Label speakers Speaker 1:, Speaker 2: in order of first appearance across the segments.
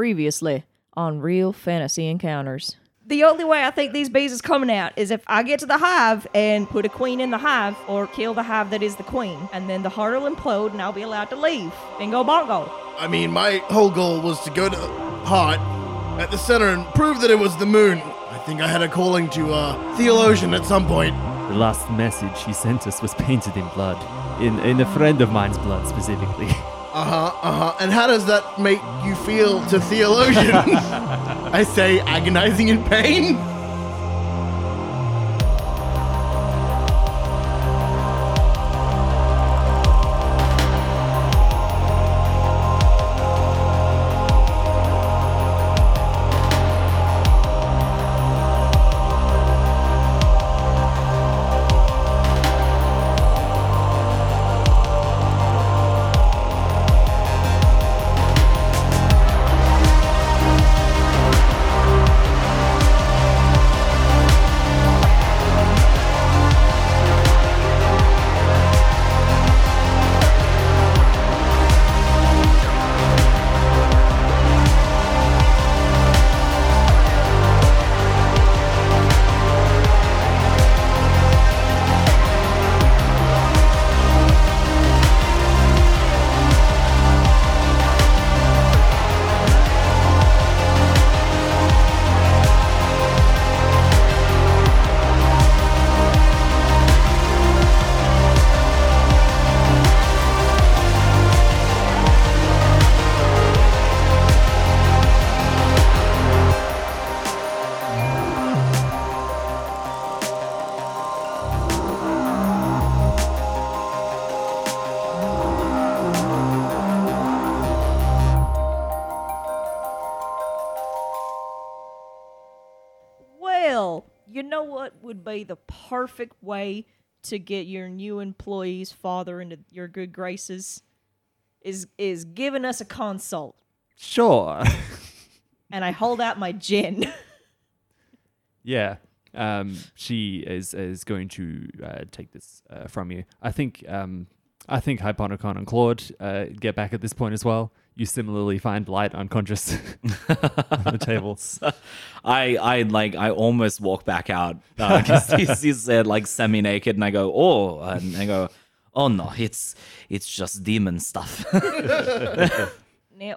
Speaker 1: previously on Real Fantasy Encounters.
Speaker 2: The only way I think these bees is coming out is if I get to the hive and put a queen in the hive or kill the hive that is the queen. And then the heart will implode and I'll be allowed to leave. Bingo bongo.
Speaker 3: I mean, my whole goal was to go to Hot at the center and prove that it was the moon. I think I had a calling to a theologian at some point.
Speaker 4: The last message he sent us was painted in blood, in, in a friend of mine's blood specifically.
Speaker 3: Uh huh, uh huh. And how does that make you feel to theologian? I say, agonizing in pain?
Speaker 2: Well, you know what would be the perfect way to get your new employee's father into your good graces is is giving us a consult.
Speaker 4: Sure.
Speaker 2: And I hold out my gin.
Speaker 4: yeah. Um, she is is going to uh, take this uh, from you. I think um, I think Hyponicon and Claude uh, get back at this point as well. You similarly find Light unconscious on the table.
Speaker 5: I, I like, I almost walk back out because he's, he's uh, like semi naked, and I go, oh, and I go, oh no, it's it's just demon stuff.
Speaker 2: Now,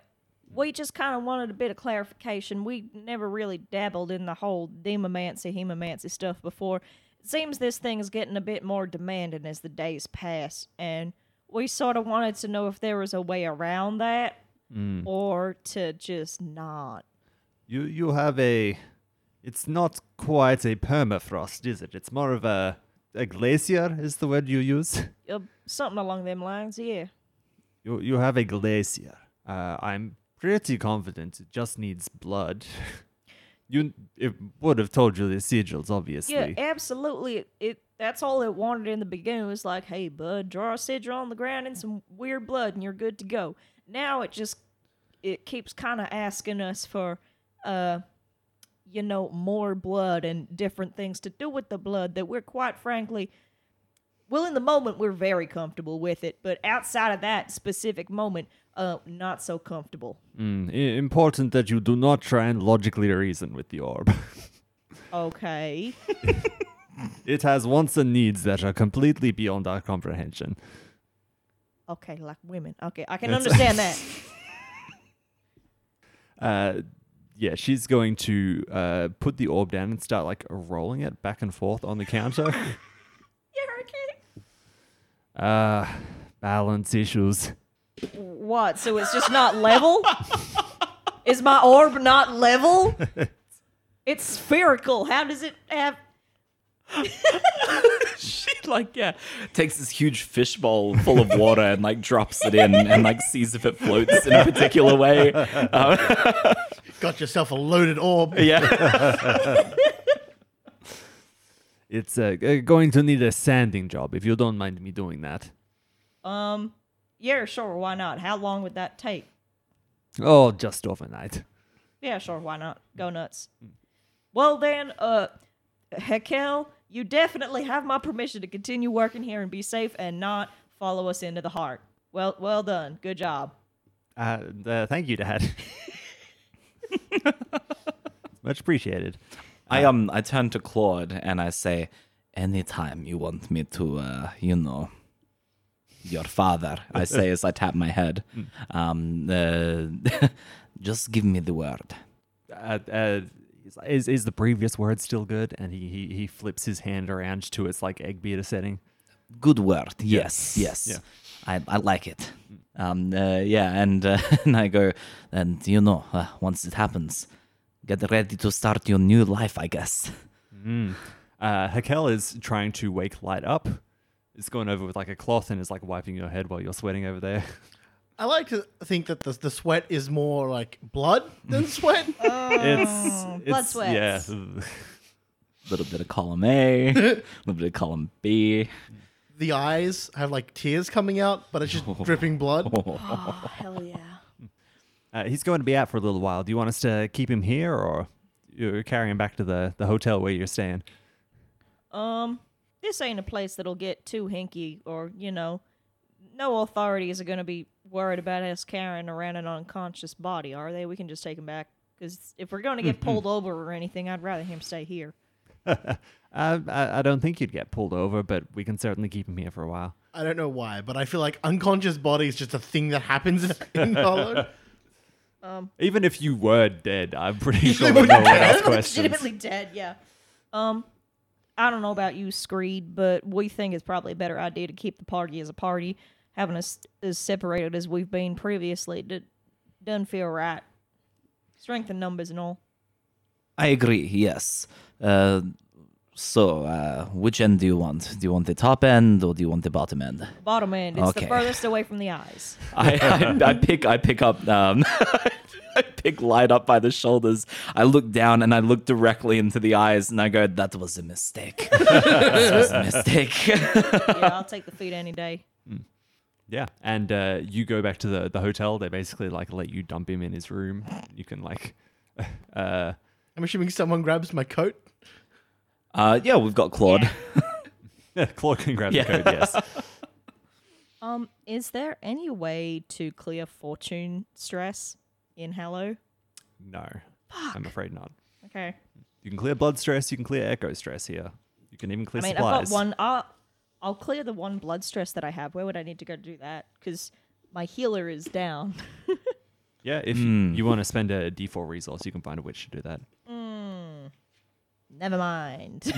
Speaker 2: we just kind of wanted a bit of clarification. We never really dabbled in the whole demomancy, hemomancy stuff before. It seems this thing is getting a bit more demanding as the days pass, and we sort of wanted to know if there was a way around that or to just not.
Speaker 4: You you have a it's not quite a permafrost, is it? It's more of a a glacier is the word you use.
Speaker 2: Uh, something along them lines, yeah.
Speaker 4: You you have a glacier. Uh, I'm pretty confident it just needs blood. you it would have told you the sigils, obviously.
Speaker 2: Yeah, absolutely. It, it that's all it wanted in the beginning was like, hey bud, draw a sigil on the ground and some weird blood, and you're good to go. Now it just it keeps kind of asking us for, uh, you know, more blood and different things to do with the blood that we're quite frankly. Well, in the moment, we're very comfortable with it, but outside of that specific moment, uh, not so comfortable.
Speaker 4: Mm, i- important that you do not try and logically reason with the orb.
Speaker 2: Okay.
Speaker 4: it has wants and needs that are completely beyond our comprehension.
Speaker 2: Okay, like women. Okay, I can understand that.
Speaker 4: uh, yeah, she's going to uh, put the orb down and start like rolling it back and forth on the counter.
Speaker 2: Yeah, okay.
Speaker 4: uh, balance issues.
Speaker 2: What? So it's just not level? Is my orb not level? It's spherical. How does it have?
Speaker 5: she like, yeah, takes this huge fishbowl full of water and like drops it in and like sees if it floats in a particular way.
Speaker 3: Got yourself a loaded orb.
Speaker 5: Yeah,
Speaker 4: It's uh, g- going to need a sanding job if you don't mind me doing that.
Speaker 2: Um, yeah, sure. Why not? How long would that take?
Speaker 4: Oh, just overnight.
Speaker 2: Yeah, sure. Why not? Go nuts. Well then, uh, Hekel, you definitely have my permission to continue working here and be safe and not follow us into the heart. Well, well done. Good job.
Speaker 4: Uh, uh, thank you, Dad. Much appreciated.
Speaker 5: I um I turn to Claude and I say, anytime you want me to, uh, you know, your father, I say as I tap my head, um, uh, just give me the word.
Speaker 4: Uh, uh, he's like, is is the previous word still good? And he he, he flips his hand around to its like egg beater setting.
Speaker 5: Good word. Yes, yes.
Speaker 4: Yeah.
Speaker 5: I, I like it. Um, uh, yeah, and uh, and I go, and you know, uh, once it happens, get ready to start your new life, I guess.
Speaker 4: Uh, Hakel is trying to wake Light up. It's going over with like a cloth and is like wiping your head while you're sweating over there.
Speaker 3: I like to think that the, the sweat is more like blood than sweat.
Speaker 4: it's, it's
Speaker 2: sweats.
Speaker 4: yeah.
Speaker 5: A little bit of column A, a little bit of column B.
Speaker 3: the eyes have like tears coming out, but it's just dripping blood.
Speaker 2: Oh, hell yeah.
Speaker 4: Uh, he's going to be out for a little while. Do you want us to keep him here or you're carrying him back to the, the hotel where you're staying?
Speaker 2: Um, this ain't a place that'll get too hinky, or you know, no authorities are gonna be worried about us carrying around an unconscious body, are they? We can just take him back. Because if we're gonna get pulled over or anything, I'd rather him stay here.
Speaker 4: I, I, I don't think you'd get pulled over, but we can certainly keep him here for a while.
Speaker 3: I don't know why, but I feel like unconscious body is just a thing that happens in- in Hollow.
Speaker 4: Even if you were dead, I'm pretty sure no one asked questions.
Speaker 2: Legitimately dead, yeah. Um, I don't know about you, Screed, but we think it's probably a better idea to keep the party as a party. Having us as separated as we've been previously d- doesn't feel right. Strength in numbers and all.
Speaker 5: I agree. Yes. Uh, so, uh, which end do you want? Do you want the top end or do you want the bottom end?
Speaker 2: Bottom end. It's
Speaker 5: Okay.
Speaker 2: the furthest away from the eyes.
Speaker 5: I, I, I pick. I pick up. Um, I pick light up by the shoulders. I look down and I look directly into the eyes and I go, "That was a mistake. this was a mistake."
Speaker 2: yeah, I'll take the feet any day.
Speaker 4: Yeah, and uh, you go back to the, the hotel. They basically like let you dump him in his room. You can like, uh,
Speaker 3: I'm assuming someone grabs my coat.
Speaker 5: Uh, yeah, we've got Claude.
Speaker 4: Claude can grab
Speaker 5: Yeah.
Speaker 4: the code. Yes.
Speaker 2: Um, is there any way to clear fortune stress in Hello?
Speaker 4: No, I'm afraid not.
Speaker 2: Okay.
Speaker 4: You can clear blood stress. You can clear echo stress here. You can even clear
Speaker 2: I mean,
Speaker 4: supplies.
Speaker 2: I've got one. I'll, I'll clear the one blood stress that I have. Where would I need to go to do that? Because my healer is down.
Speaker 4: Yeah, if you want to spend a D4 resource, you can find a witch to do that.
Speaker 2: Never mind.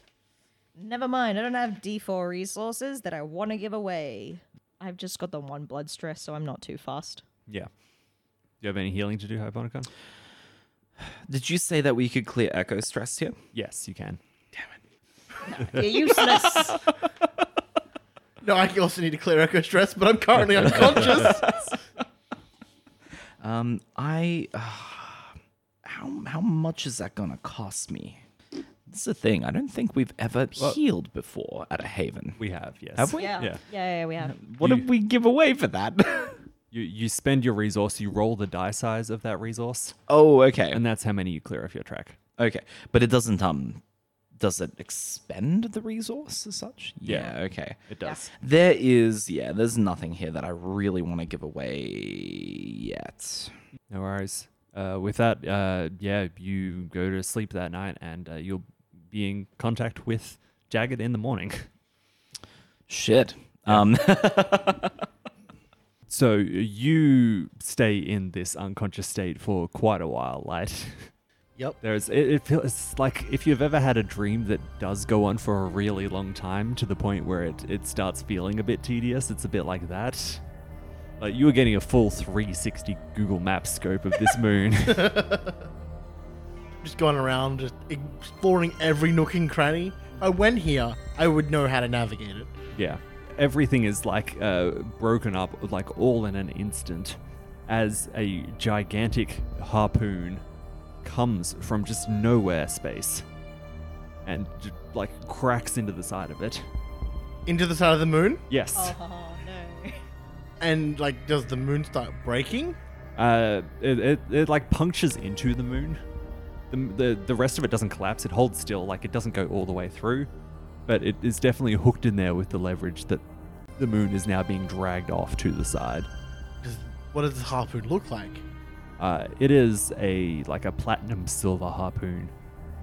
Speaker 2: Never mind. I don't have D4 resources that I want to give away. I've just got the one blood stress, so I'm not too fast.
Speaker 4: Yeah. Do you have any healing to do, Hyponicon?
Speaker 5: Did you say that we could clear echo stress here?
Speaker 4: Yes, you can.
Speaker 2: You're useless.
Speaker 3: No, I also need to clear echo stress, but I'm currently unconscious.
Speaker 5: Um, I. Uh, how how much is that gonna cost me? It's the thing. I don't think we've ever healed before at a haven.
Speaker 4: We have, yes.
Speaker 5: Have we?
Speaker 2: yeah.
Speaker 4: Yeah.
Speaker 2: yeah. Yeah, we have.
Speaker 5: What
Speaker 4: You-
Speaker 5: did we give away for that?
Speaker 4: You, you spend your resource, you roll the die size of that resource,
Speaker 5: oh, okay,
Speaker 4: and that's how many you clear off your track.
Speaker 5: okay. But it doesn't um, does it expend the resource as such?
Speaker 4: Yeah.
Speaker 5: okay.
Speaker 4: It does.
Speaker 5: There is yeah. There's nothing here that I really want to give away yet.
Speaker 4: No worries. Uh, with that, uh, yeah, you go to sleep that night and uh, you'll be in contact with Jagged in the morning.
Speaker 5: Shit. Um.
Speaker 4: So you stay in this unconscious state for quite a while, Light.
Speaker 3: Yep.
Speaker 4: There's it, it feels it's like if you've ever had a dream that does go on for a really long time to the point where it, it starts feeling a bit tedious, it's a bit like that. Like you were getting a full 360 Google Maps scope of this moon.
Speaker 3: just going around, just exploring every nook and cranny. If I went here, I would know how to navigate it.
Speaker 4: Yeah. Everything is like uh, broken up, like all in an instant, as a gigantic harpoon comes from just nowhere space and j- like cracks into the side of it.
Speaker 3: Into the side of the moon,
Speaker 4: Yes.
Speaker 2: Oh, no.
Speaker 3: and like, does the moon start breaking?
Speaker 4: Uh, it, it, it like punctures into the moon. The, the, the rest of it doesn't collapse, it holds still, like it doesn't go all the way through, but it is definitely hooked in there with the leverage that the moon is now being dragged off to the side.
Speaker 3: Does, what does the harpoon look like?
Speaker 4: Uh, it is a like a platinum silver harpoon,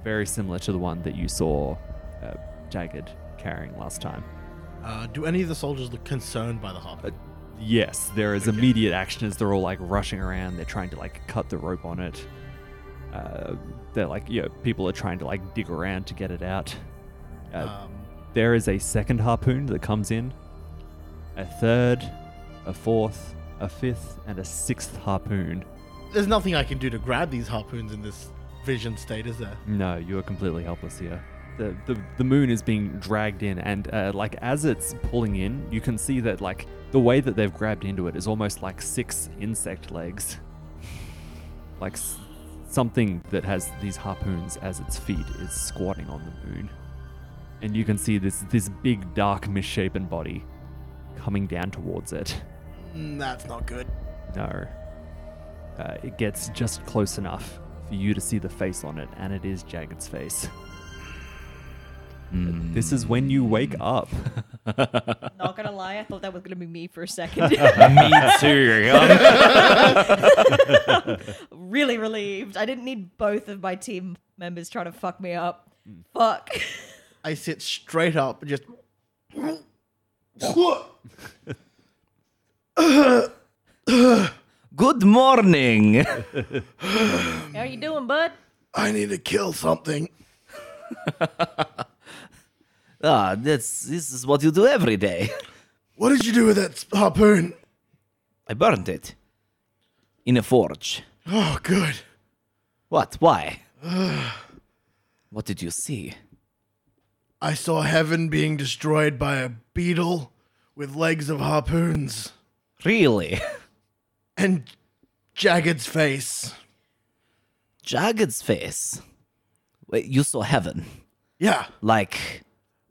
Speaker 4: very similar to the one that you saw uh, Jagged carrying last time.
Speaker 3: Uh, do any of the soldiers look concerned by the harpoon?
Speaker 4: Yes, there is immediate action as they're all like rushing around. They're trying to like cut the rope on it. Uh, they're like, you know, people are trying to like dig around to get it out. Uh,
Speaker 3: um,
Speaker 4: there is a second harpoon that comes in, a third, a fourth, a fifth, and a sixth harpoon.
Speaker 3: there's nothing I can do to grab these harpoons in this vision state, is there?
Speaker 4: No, you are completely helpless here. The, the, the moon is being dragged in, and uh, like as it's pulling in, you can see that like the way that they've grabbed into it is almost like six insect legs, like s- something that has these harpoons as its feet is squatting on the moon, and you can see this this big dark misshapen body coming down towards it.
Speaker 3: Mm, that's not good.
Speaker 4: No. Uh, it gets just close enough for you to see the face on it, and it is Jagged's face. This is when you wake up.
Speaker 2: Not gonna lie, I thought that was gonna be me for a second.
Speaker 5: Me too.
Speaker 2: really relieved. I didn't need both of my team members trying to fuck me up. Fuck.
Speaker 3: I sit straight up and just.
Speaker 5: Good morning.
Speaker 2: How you doing, bud?
Speaker 3: I need to kill something.
Speaker 5: Ah, that's this is what you do every day.
Speaker 3: What did you do with that harpoon?
Speaker 5: I burned it in a forge.
Speaker 3: Oh, good.
Speaker 5: What? Why? what did you see?
Speaker 3: I saw heaven being destroyed by a beetle with legs of harpoons
Speaker 5: Really?
Speaker 3: and Jagged's face.
Speaker 5: Jagged's face. Wait, you saw heaven,
Speaker 3: Yeah.
Speaker 5: like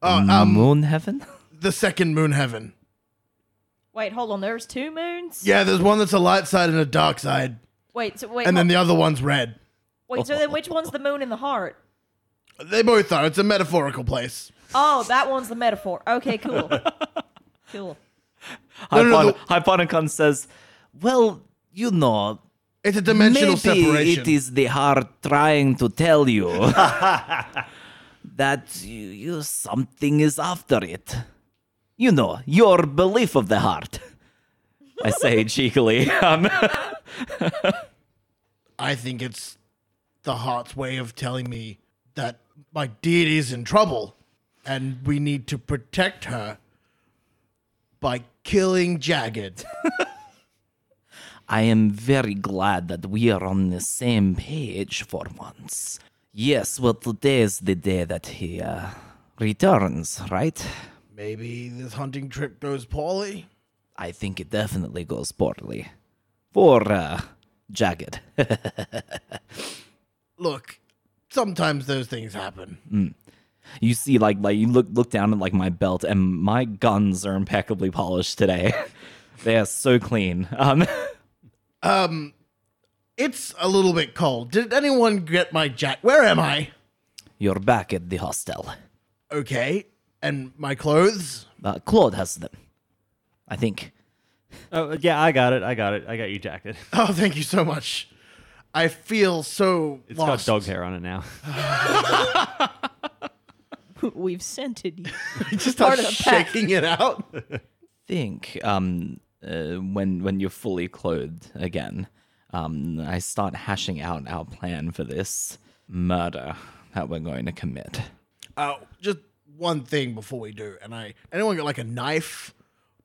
Speaker 3: Uh, um,
Speaker 5: moon heaven.
Speaker 3: the second moon heaven.
Speaker 2: Wait, hold on. There's two moons.
Speaker 3: Yeah, there's one that's a light side and a dark side,
Speaker 2: Wait. So wait.
Speaker 3: and then
Speaker 2: hold-
Speaker 3: the other one's red.
Speaker 2: wait. So then, which one's the moon and the heart?
Speaker 3: They both are. It's a metaphorical place.
Speaker 2: Oh, that one's the metaphor. Okay, cool. cool.
Speaker 3: No, no, no,
Speaker 5: Hypon- Hyponicon says, "Well, you know,
Speaker 3: It's a dimensional
Speaker 5: maybe
Speaker 3: separation.
Speaker 5: it is the heart trying to tell you that you, you something is after it. You know, your belief of the heart." I say cheekily. Um,
Speaker 3: I think it's the heart's way of telling me that my deity's in trouble and we need to protect her by killing Jagged.
Speaker 5: I am very glad that we are on the same page for once. Yes, well, today is the day that he uh, returns, right?
Speaker 3: Maybe this hunting trip goes poorly.
Speaker 5: I think it definitely goes poorly. For, uh, Jagged.
Speaker 3: Look, sometimes those things happen.
Speaker 5: you see, like, like you look look down at like my belt, and my guns are impeccably polished today. they are so clean. Um,
Speaker 3: Um, it's a little bit cold. Did anyone get my jack? Where am I?
Speaker 5: you're back at the hostel.
Speaker 3: Okay, and my clothes.
Speaker 5: Uh, Claude has them, I think.
Speaker 4: Oh, yeah, I got it. I got it. I got your jacket.
Speaker 3: Oh, thank you so much. I feel so
Speaker 4: It's
Speaker 3: lost.
Speaker 4: got dog hair on it now.
Speaker 2: We've scented you.
Speaker 3: Just
Speaker 2: Part
Speaker 3: start
Speaker 2: of the pack.
Speaker 3: shaking it out.
Speaker 5: think um uh, when when you're fully clothed again, um I start hashing out our plan for this murder that we're going to commit.
Speaker 3: Uh, just one thing before we do, and I anyone got like a knife,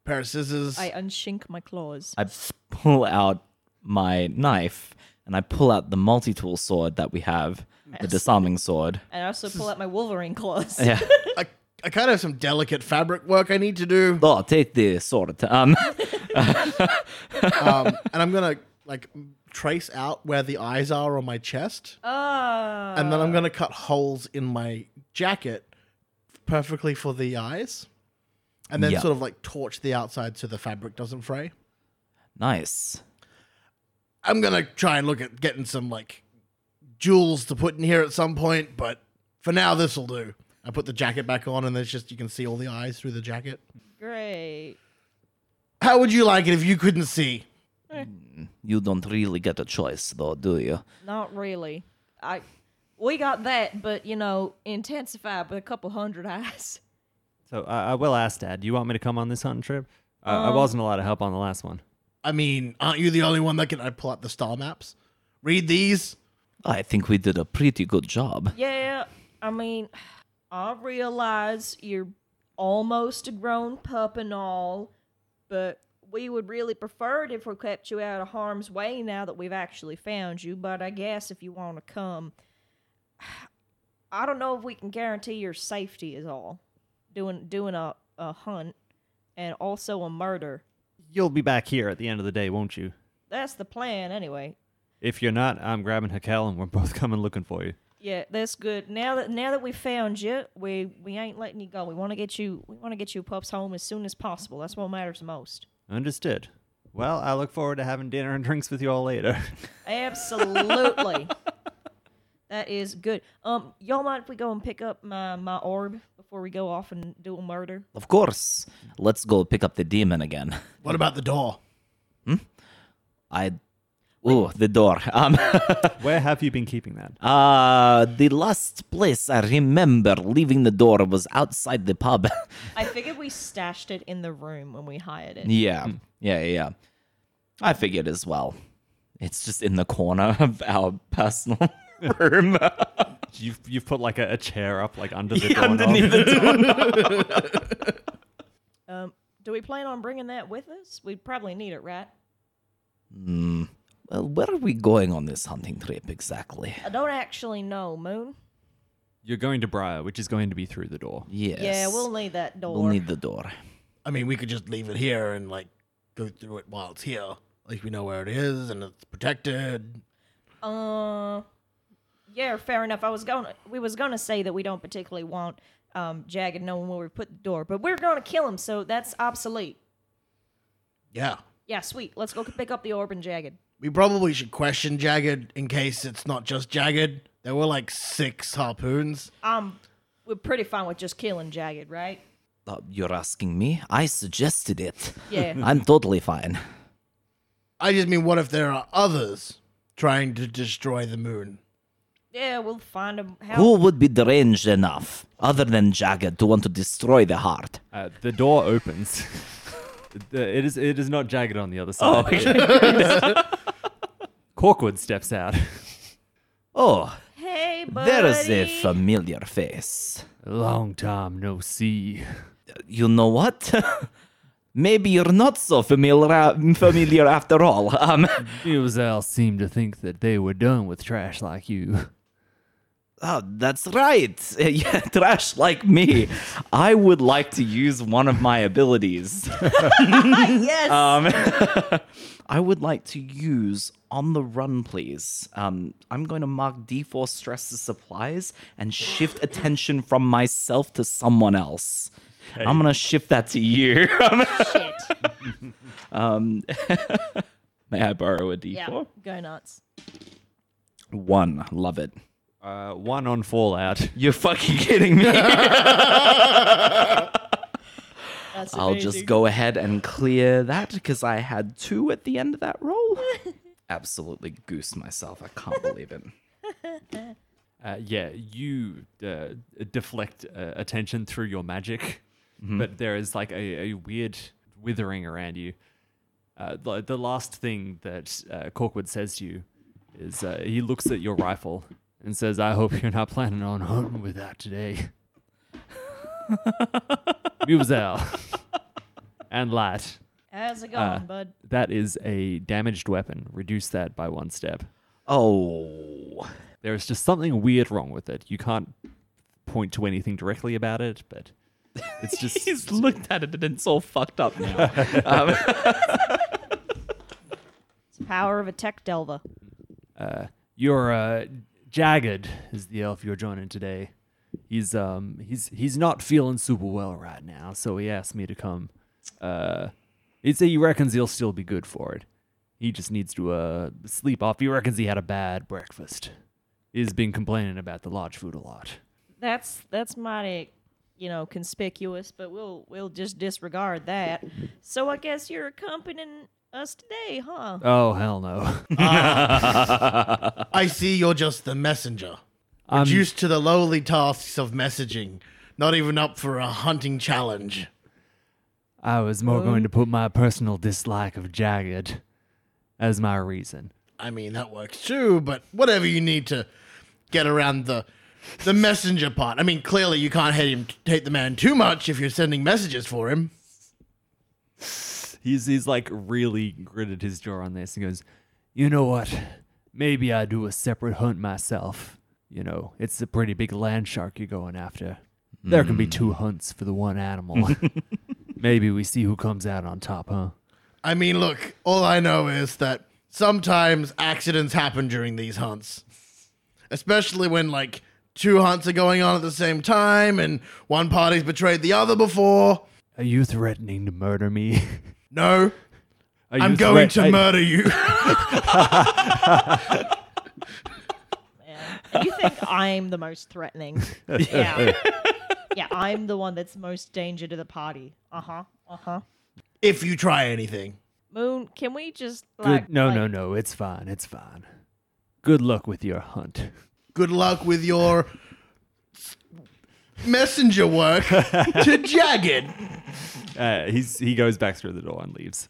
Speaker 3: pair of scissors?
Speaker 2: I unshink my claws.
Speaker 5: I pull out my knife and I pull out the multi-tool sword that we have, the disarming sword.
Speaker 2: And I also pull out my Wolverine claws.
Speaker 5: Yeah.
Speaker 3: I, I kind of have some delicate fabric work I need to do,
Speaker 5: Oh, take the sword. Um,
Speaker 3: um, and I'm gonna like trace out where the eyes are on my chest,
Speaker 2: Ah.
Speaker 3: and then I'm gonna cut holes in my jacket perfectly for the eyes, and then
Speaker 5: Yeah.
Speaker 3: sort of like torch the outside so the fabric doesn't fray.
Speaker 5: nice.
Speaker 3: I'm gonna try and look at getting some like jewels to put in here at some point, but for now this will do. I put the jacket back on, and there's just you can see all the eyes through the jacket.
Speaker 2: great.
Speaker 3: How would you like it if you couldn't see?
Speaker 5: You don't really get a choice, though, do you?
Speaker 2: Not really. I we got that, but you know, intensified by a couple hundred eyes.
Speaker 4: So uh, I, I will ask Dad, do you want me to come on this hunting trip? Uh, I wasn't a lot of help on the last one.
Speaker 3: I mean, aren't you the only one that can I pull up the star maps? Read these.
Speaker 5: I think we did a pretty good job.
Speaker 2: Yeah, I mean, I realize you're almost a grown pup and all, but we would really prefer it if we kept you out of harm's way now that we've actually found you. But I guess if you want to come, I don't know if we can guarantee your safety is all. Doing doing a, a hunt and also a murder.
Speaker 4: You'll be back here at the end of the day, won't you?
Speaker 2: That's the plan anyway.
Speaker 4: If you're not, I'm grabbing Hakel and we're both coming looking for you.
Speaker 2: Yeah, that's good. Now that now that we found you, we we ain't letting you go. We want to get you we want to get you pups home as soon as possible. That's what matters most.
Speaker 4: Understood. Well, I look forward to having dinner and drinks with you all later.
Speaker 2: Absolutely. that is good. Um, y'all mind if we go and pick up my my orb before we go off and do a murder?
Speaker 5: Of course. Let's go pick up the demon again.
Speaker 3: What about the door?
Speaker 5: I. Ooh, the door. Um,
Speaker 4: Where have you been keeping that?
Speaker 5: uh, the last place I remember leaving the door was outside the pub.
Speaker 2: I figured we stashed it in the room when we hired it.
Speaker 5: yeah, yeah, yeah, yeah. I figured as well. It's just in the corner of our personal room.
Speaker 4: You've you've put like a, a chair up like under the door.
Speaker 5: Underneath the door.
Speaker 2: Um, do we plan on bringing that with us? We probably need it, right?
Speaker 5: Well, where are we going on this hunting trip exactly?
Speaker 2: I don't actually know, Moon.
Speaker 4: You're going to Briar, which is going to be through the door.
Speaker 5: Yes.
Speaker 2: Yeah, we'll need that door.
Speaker 5: We'll need the door.
Speaker 3: I mean, we could just leave it here and like go through it while it's here. Like we know where it is and it's protected.
Speaker 2: Uh, yeah, fair enough. I was gonna, we was gonna say that we don't particularly want um Jagged knowing where we put the door, but we're gonna kill him, so that's obsolete.
Speaker 3: Yeah.
Speaker 2: Yeah, sweet. Let's go pick up the orb and Jagged.
Speaker 3: We probably should question Jagged in case it's not just Jagged. There were like six harpoons.
Speaker 2: Um, we're pretty fine with just killing Jagged, right?
Speaker 5: Uh, you're asking me? I suggested it.
Speaker 2: Yeah.
Speaker 5: I'm totally fine.
Speaker 3: I just mean, what if there are others trying to destroy the moon?
Speaker 2: yeah, we'll find him. How?
Speaker 5: Who would be deranged enough, other than Jagged, to want to destroy the heart?
Speaker 4: Uh, the door opens. The- it is it is not jagged on the other side. Corkwood steps out.
Speaker 5: Oh,
Speaker 2: Hey, buddy.
Speaker 5: there is a familiar face.
Speaker 4: Long time no see.
Speaker 5: You know what? Maybe you're not so familiar uh, familiar after all. Um,
Speaker 4: Muzel seemed to think that they were done with trash like you.
Speaker 5: oh, that's right. Yeah, trash like me. I would like to use one of my abilities.
Speaker 2: yes.
Speaker 5: Um, I would like to use on the run, please. Um, I'm going to mark D4 stress as supplies and shift attention from myself to someone else. I'm going to shift that to you.
Speaker 2: Shit.
Speaker 5: May I borrow a D4?
Speaker 2: Yeah. Go nuts.
Speaker 5: One. Love it.
Speaker 4: Uh, one on fallout.
Speaker 5: You're fucking kidding me.
Speaker 2: That's
Speaker 5: I'll just go ahead and clear that because I had two at the end of that roll. Absolutely goose myself. I can't believe it.
Speaker 4: Uh, yeah, you uh, deflect uh, attention through your magic, but there is like a, a weird withering around you. Uh, the, the last thing that uh, Corkwood says to you is uh, he looks at your rifle and says, I hope you're not planning on hunting with that today. Muzel and Light.
Speaker 2: How's it
Speaker 5: Uh,
Speaker 2: going, bud?
Speaker 4: That is a damaged weapon. Reduce that by one step.
Speaker 5: Oh.
Speaker 4: There is just something weird wrong with it. You can't point to anything directly about it, but it's just
Speaker 5: He's looked at it and it's all fucked up now. um,
Speaker 2: It's the power of a tech delva.
Speaker 4: Your uh, Jagged is the elf you're joining today. He's um he's he's not feeling super well right now, so he asked me to come. Uh, he'd say he reckons he'll still be good for it. He just needs to uh sleep off. He reckons he had a bad breakfast. He's been complaining about the lodge food a lot.
Speaker 2: that's that's mighty you know conspicuous but we'll we'll just disregard that so i guess you're accompanying us today, huh?
Speaker 4: Oh hell no!
Speaker 3: I see you're just the messenger.
Speaker 4: I'm,
Speaker 3: Reduced to the lowly tasks of messaging, not even up for a hunting challenge.
Speaker 4: I was more going to put my personal dislike of Jagged as my reason.
Speaker 3: I mean, that works too, but whatever you need to get around the the messenger part. I mean, clearly you can't hate him, hate the man too much if you're sending messages for him.
Speaker 4: He's he's like really gritted his jaw on this and goes, you know what? Maybe I do a separate hunt myself. You know, it's a pretty big land shark you're going after. There can be two hunts for the one animal. Maybe we see who comes out on top, huh?
Speaker 3: I mean, look, all I know is that sometimes accidents happen during these hunts. Especially when, like, two hunts are going on at the same time and one party's betrayed the other before.
Speaker 4: Are you threatening to murder me?
Speaker 3: No,
Speaker 4: Are
Speaker 3: I'm
Speaker 4: you
Speaker 3: going to
Speaker 4: threat- I-
Speaker 3: murder you.
Speaker 2: You think I'm the most threatening? yeah. Yeah, I'm the one that's most danger to the party. Uh huh. Uh huh.
Speaker 3: if you try anything.
Speaker 2: Moon, can we just
Speaker 4: Good.
Speaker 2: like
Speaker 4: no,
Speaker 2: like,
Speaker 4: no, no. It's fine. It's fine. Good luck with your hunt.
Speaker 3: Good luck with your messenger work to Jagged.
Speaker 4: Uh, he's he goes back through the door and leaves.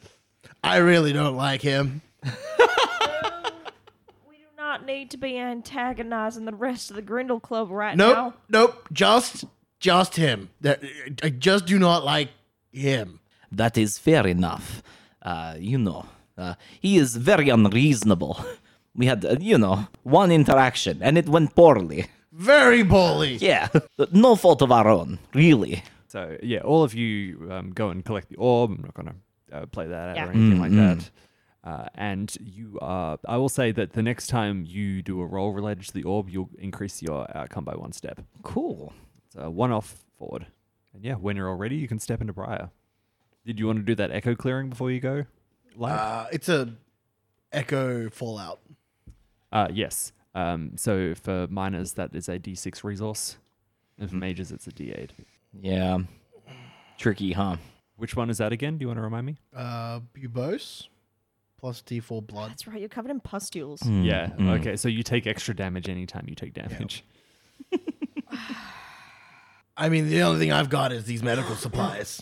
Speaker 3: I really don't like him.
Speaker 2: We do not need to be antagonizing the rest of the Grindel Club right
Speaker 3: Nope,
Speaker 2: now.
Speaker 3: nope, just, just him. That- I just do not like him.
Speaker 5: That is fair enough. Uh, you know, uh, he is very unreasonable. We had, uh, you know, one interaction and it went poorly.
Speaker 3: Very bully.
Speaker 5: Yeah, no fault of our own, really.
Speaker 4: So yeah, all of you um, go and collect the orb. I'm not gonna uh, play that out
Speaker 2: Yeah.
Speaker 4: or anything like that. Uh, and you are. I will say that the next time you do a roll related to the orb, you'll increase your outcome by one step.
Speaker 5: Cool.
Speaker 4: It's uh, one off forward. And yeah, when you're all ready, you can step into Briar. Did you want to do that echo clearing before you go? Live?
Speaker 3: Uh, it's a echo fallout.
Speaker 4: Uh, yes. Um, so for miners, that is a D6 resource, and for mages, it's a D8.
Speaker 5: Yeah. Tricky, huh?
Speaker 4: Which one is that again? Do you want to remind me?
Speaker 3: Uh, Bubose plus D4 blood.
Speaker 2: That's right, you're covered in pustules.
Speaker 4: Yeah. Okay. So you take extra damage anytime you take damage.
Speaker 3: I mean, the only thing I've got is these medical supplies.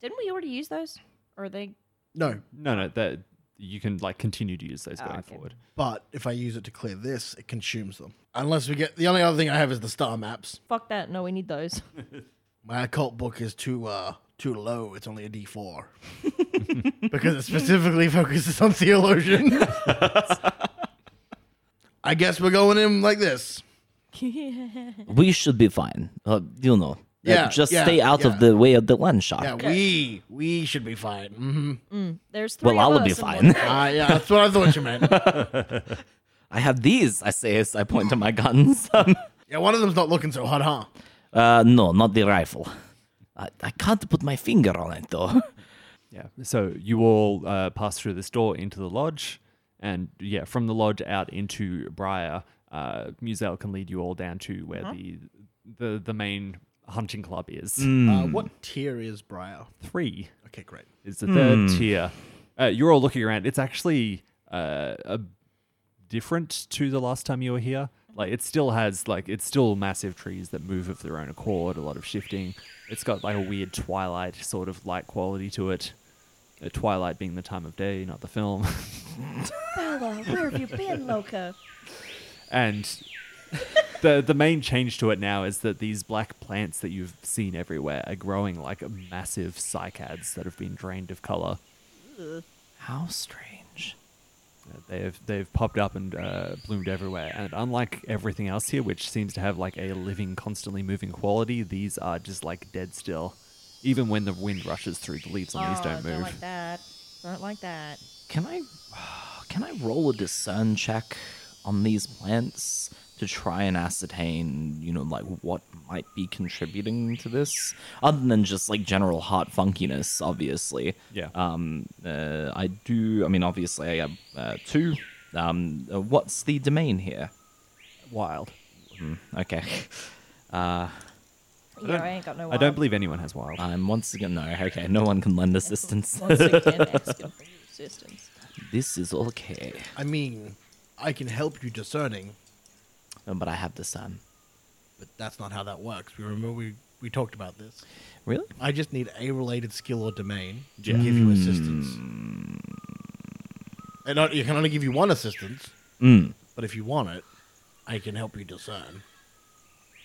Speaker 2: Didn't we already use those? Or are they
Speaker 3: No,
Speaker 4: No, no. That you can like continue to use those going
Speaker 2: okay.
Speaker 4: forward.
Speaker 3: but if I use it to clear this, it consumes them. Unless we get the only other thing I have is the star maps.
Speaker 2: fuck that? No, we need those.
Speaker 3: My occult book is too uh too low. It's only a D4 because it specifically focuses on theologian. I guess we're going in like this.
Speaker 5: We should be fine. Uh, you know, uh,
Speaker 3: Yeah,
Speaker 5: just
Speaker 3: yeah,
Speaker 5: stay out
Speaker 3: yeah.
Speaker 5: of the way of the land shark.
Speaker 3: Yeah, we we should be fine. Mm-hmm.
Speaker 2: There's three
Speaker 5: well, I
Speaker 2: of
Speaker 5: will be
Speaker 2: us and
Speaker 5: fine.
Speaker 2: one-
Speaker 3: Uh, yeah, that's what I thought you meant.
Speaker 5: I have these, I say as I point to my guns. Um,
Speaker 3: Yeah, one of them's not looking so hot, huh?
Speaker 5: uh, no, not the rifle. I, I can't put my finger on it, though.
Speaker 4: Yeah. So you all uh, pass through this door into the lodge, and yeah, from the lodge out into Briar. Uh, Musel can lead you all down to where the the the main hunting club is.
Speaker 3: Uh, what tier is Briar?
Speaker 4: Three.
Speaker 3: Okay, great.
Speaker 4: It's the third tier. Uh, you're all looking around. It's actually uh, a different to the last time you were here. Like it still has like it's still massive trees that move of their own accord. A lot of shifting. It's got like a weird twilight sort of light quality to it. Uh, twilight being the time of day, not the film.
Speaker 2: Bella, where have you been, Loka?
Speaker 4: and the the main change to it now is that these black plants that you've seen everywhere are growing like massive cycads that have been drained of color.
Speaker 5: How strange.
Speaker 4: Uh, They've they've popped up and uh, bloomed everywhere, and unlike everything else here, which seems to have like a living, constantly moving quality, these are just like dead still. Even when the wind rushes through, the leaves on these
Speaker 2: Oh,
Speaker 4: don't move.
Speaker 2: like that. Don't like that.
Speaker 5: Can I, can I roll a discern check on these plants to try and ascertain, you know, like what might be contributing to this, other than just like general heart funkiness, obviously.
Speaker 4: Yeah.
Speaker 5: Um, uh, I do. I mean, obviously, I have uh, two. Um, uh, what's the domain here? Hmm,
Speaker 4: wild.
Speaker 5: Okay.
Speaker 2: Yeah, I ain't got no
Speaker 4: Um, I don't believe anyone has wild.
Speaker 5: I'm once again no. Okay, no one can lend assistance.
Speaker 2: Once again, asking for use. systems.
Speaker 5: This is okay,
Speaker 3: I mean, I can help you discerning,
Speaker 5: Oh, but I have the sun.
Speaker 3: but that's not how that works. We remember we, we talked about this.
Speaker 5: Really?
Speaker 3: I just need a related skill or domain to give you assistance. And not, you can only give you one assistance, but if you want it, I can help you discern.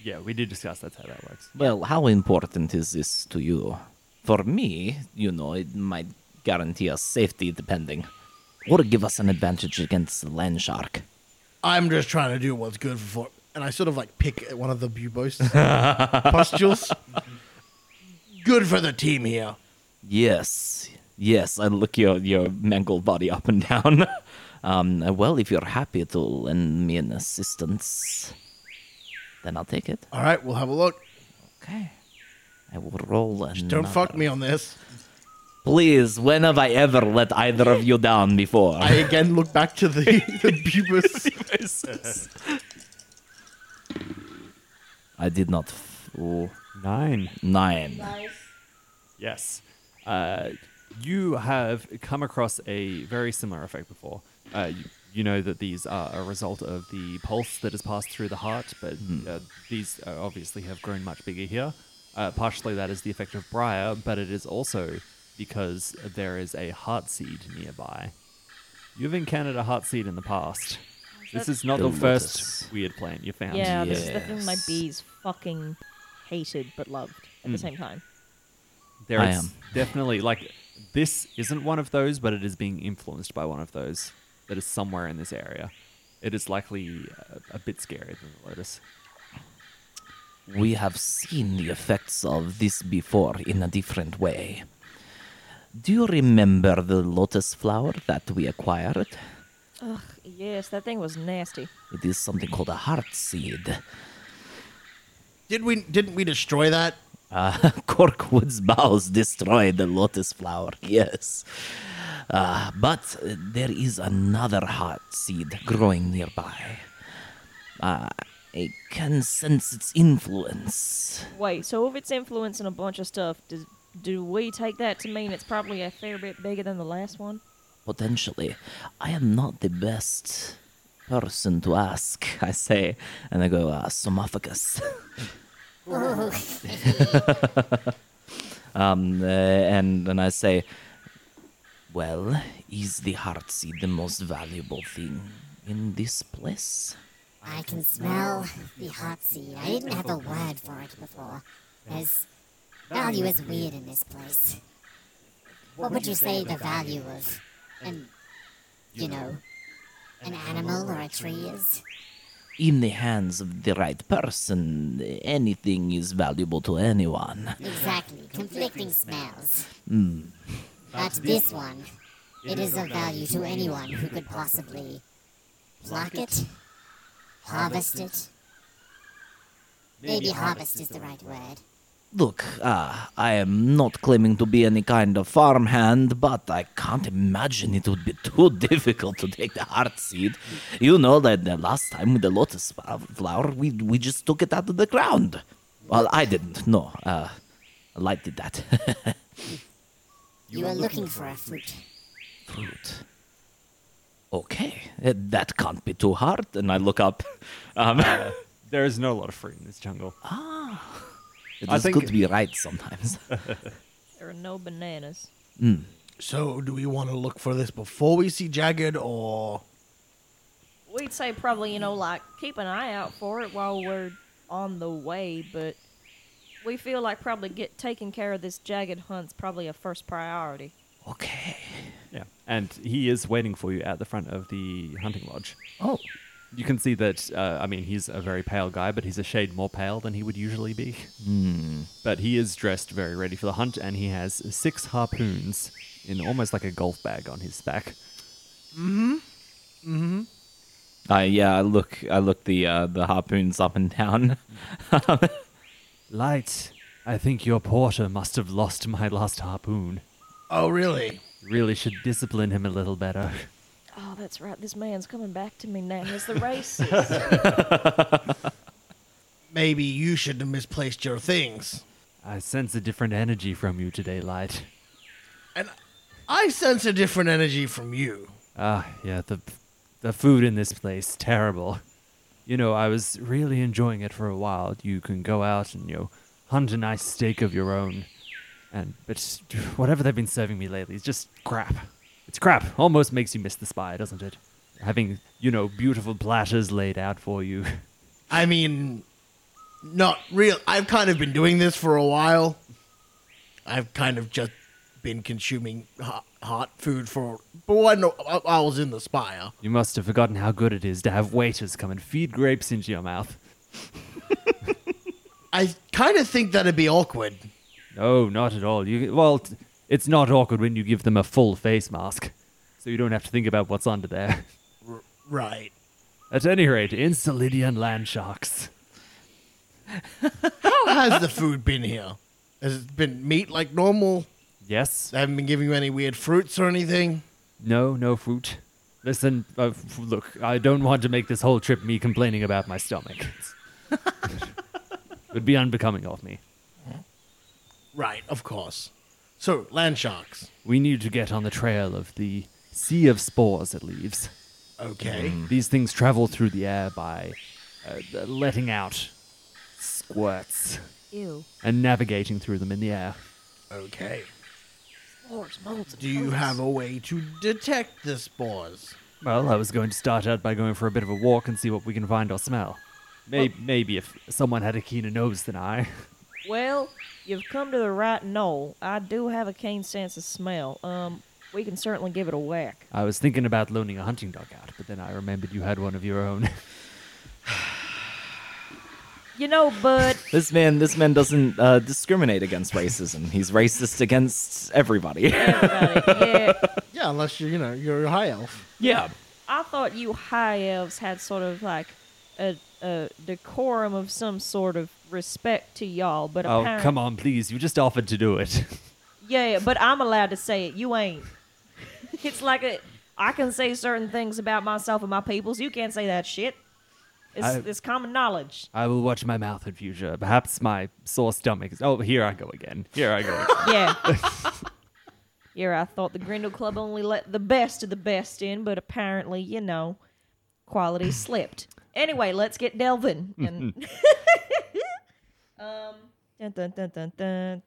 Speaker 4: Yeah, we did discuss that's how that works.
Speaker 5: Well, how important is this to you? For me, you know, it might guarantee us safety, depending, or give us an advantage against the land shark.
Speaker 3: I'm just trying to do what's good for. And I sort of like pick at one of the bubo's pustules. Good for the team here.
Speaker 5: Yes, yes. I look your your mangled body up and down. um, well, if you're happy to lend me an assistance, then I'll take it.
Speaker 3: All right, we'll have a look.
Speaker 5: Okay. I will roll another.
Speaker 3: Don't fuck me on this.
Speaker 5: Please, when have I ever let either of you down before?
Speaker 3: I again look back to the, the bubus.
Speaker 5: I did not. F- oh,
Speaker 4: Nine.
Speaker 5: nine.
Speaker 4: Yes. Uh, you have come across a very similar effect before. Uh, you, you know that these are a result of the pulse that is passed through the heart, but uh, these uh, obviously have grown much bigger here. Uh, partially that is the effect of Briar, but it is also because there is a heart seed nearby. You've encountered a heart seed in the past. This is not the
Speaker 5: The
Speaker 4: first
Speaker 5: lotus.
Speaker 4: weird plant you found.
Speaker 2: Yeah, this is the thing my
Speaker 5: Yes.
Speaker 2: bees fucking hated but loved
Speaker 4: Hmm.
Speaker 2: at the same time.
Speaker 4: There
Speaker 5: I
Speaker 4: is
Speaker 5: am.
Speaker 4: definitely like this isn't one of those, but it is being influenced by one of those that is somewhere in this area. It is likely uh, a, a bit scarier than the lotus.
Speaker 5: We have seen the effects of this before in a different way. Do you remember the lotus flower that we acquired?
Speaker 2: Ugh, yes, that thing was nasty.
Speaker 5: It is something called a heart seed.
Speaker 3: Did we? Didn't we destroy that?
Speaker 5: Uh, Corkwood's boughs destroyed the lotus flower, yes. Uh, but uh, there is another heart seed growing nearby. Uh, I can sense its influence.
Speaker 2: Wait, so if it's influencing a bunch of stuff, does, do we take that to mean it's probably a fair bit bigger than the last one?
Speaker 5: potentially. I am not the best person to ask, I say, and I go, uh, Somophagus. um, uh, and then I say, Well, is the heart seed the most valuable thing in this place?
Speaker 6: I can smell the hot seed. I didn't have a word for it before. There's value is weird in this place. What would you say the value of an you know an animal or a tree is?
Speaker 5: In the hands of the right person, anything is valuable to anyone.
Speaker 6: Exactly. Conflicting smells. But this one it is of value to anyone who could possibly pluck it, harvest it. Maybe harvest is the right word.
Speaker 5: Look, uh, I am not claiming to be any kind of farmhand, but I can't imagine it would be too difficult to take the heart seed. You know that the last time with the lotus f- flower, we, we just took it out of the ground. Well, I didn't, no. Uh, Light did that.
Speaker 6: You are looking for a fruit.
Speaker 5: Fruit. Okay, eh, that can't be too hard. And I look up. Um, it
Speaker 4: There is not a lot of fruit in this jungle.
Speaker 5: Oh,
Speaker 4: I
Speaker 5: is
Speaker 4: think-
Speaker 5: good to be right sometimes.
Speaker 2: There are no bananas.
Speaker 3: So, do we want to look for this before we see Jagged, or
Speaker 2: We'd say probably, you know, like keep an eye out for it while we're on the way, but we feel like probably get taking care of this jagged hunt's probably a first priority.
Speaker 5: okay.
Speaker 4: Yeah, and he is waiting for you at the front of the hunting lodge.
Speaker 5: Oh,
Speaker 4: You can see that. Uh, I mean, he's a very pale guy, but he's a shade more pale than he would usually be.
Speaker 5: Hmm.
Speaker 4: But he is dressed very ready for the hunt, and he has six harpoons in almost like a golf bag on his back.
Speaker 5: Uh, yeah, I look, I look the uh, the harpoons up and down.
Speaker 4: Light, I think your porter must have lost my last harpoon.
Speaker 3: oh, really?
Speaker 4: Really should discipline him a little better.
Speaker 2: Oh, that's right. This man's coming back to me now. He's the racist.
Speaker 3: Maybe you should have misplaced your things.
Speaker 4: I sense a different energy from you today, Light.
Speaker 3: And I sense a different energy from you.
Speaker 4: Ah, yeah, the the food in this place terrible. You know, I was really enjoying it for a while. You can go out and you know, hunt a nice steak of your own, and but whatever they've been serving me lately is just crap. It's crap. Almost makes you miss the spy, doesn't it? Having you know beautiful platters laid out for you.
Speaker 3: I mean, not real. I've kind of been doing this for a while. I've kind of just been consuming hot, hot food for. But when I I was in the spire,
Speaker 4: You must have forgotten how good it is to have waiters come and feed grapes into your mouth.
Speaker 3: I kind of think that'd be awkward.
Speaker 4: No, not at all. You well, t- it's not awkward when you give them a full face mask, so you don't have to think about what's under there.
Speaker 3: Right.
Speaker 4: At any rate, Insolidian land sharks.
Speaker 3: How has the food been here? Has it been meat like normal?
Speaker 4: Yes.
Speaker 3: They haven't been giving you any weird fruits or anything?
Speaker 4: No. No fruit. Listen. Uh, f- look, I don't want to make this whole trip me complaining about my stomach. it would be unbecoming of me.
Speaker 3: Right, of course. So, land sharks.
Speaker 4: We need to get on the trail of the sea of spores it leaves.
Speaker 3: Okay.
Speaker 4: These things travel through the air by uh, uh, letting out squirts
Speaker 1: Ew.
Speaker 4: and navigating through them in the air.
Speaker 3: Okay.
Speaker 2: Spores, molds, and
Speaker 3: Do you
Speaker 2: molds.
Speaker 3: have a way to detect the spores?
Speaker 4: Well, I was going to start out by going for a bit of a walk and see what we can find or smell. Maybe, maybe if someone had a keener nose than I.
Speaker 2: Well, you've come to the right knoll. I do have a keen sense of smell. Um, we can certainly give it a whack.
Speaker 4: I was thinking about loaning a hunting dog out, but then I remembered you had one of your own.
Speaker 2: You know, bud,
Speaker 5: This man, this man doesn't uh, discriminate against racism. He's racist against everybody.
Speaker 2: everybody, yeah,
Speaker 3: Yeah, unless you're, you know, you're a high elf.
Speaker 5: yeah.
Speaker 2: I thought you high elves had sort of like a, a decorum of some sort of respect to y'all, but
Speaker 4: oh,
Speaker 2: apparent-
Speaker 4: come on, please. You just offered to do it.
Speaker 2: Yeah, but I'm allowed to say it. You ain't. it's like a, I can say certain things about myself and my peoples. You can't say that shit. It's,
Speaker 4: I-
Speaker 2: it's common knowledge.
Speaker 4: I will watch my mouth in future. Perhaps my sore stomach is. Oh, here I go again. Here I go. again.
Speaker 2: Yeah. yeah, I thought the Grindel Club only let the best of the best in, but apparently, you know, quality slipped. Anyway, let's get delving. And um, dun, dun, dun, dun, dun,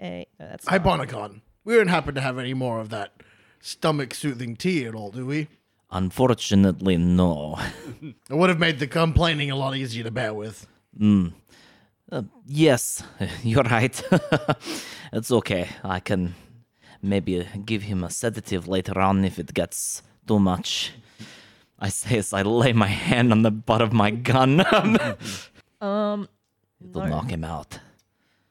Speaker 2: EA. No, that's not-
Speaker 3: Hybonicon. We don't happen to have any more of that stomach soothing tea at all, do we?
Speaker 5: Unfortunately, no.
Speaker 3: It would have made the complaining a lot easier to bear with.
Speaker 5: Yes, you're right. it's okay. I can maybe give him a sedative later on if it gets too much. I say as I lay my hand on the butt of my gun.
Speaker 2: Um,
Speaker 5: It'll
Speaker 2: no.
Speaker 5: knock him out.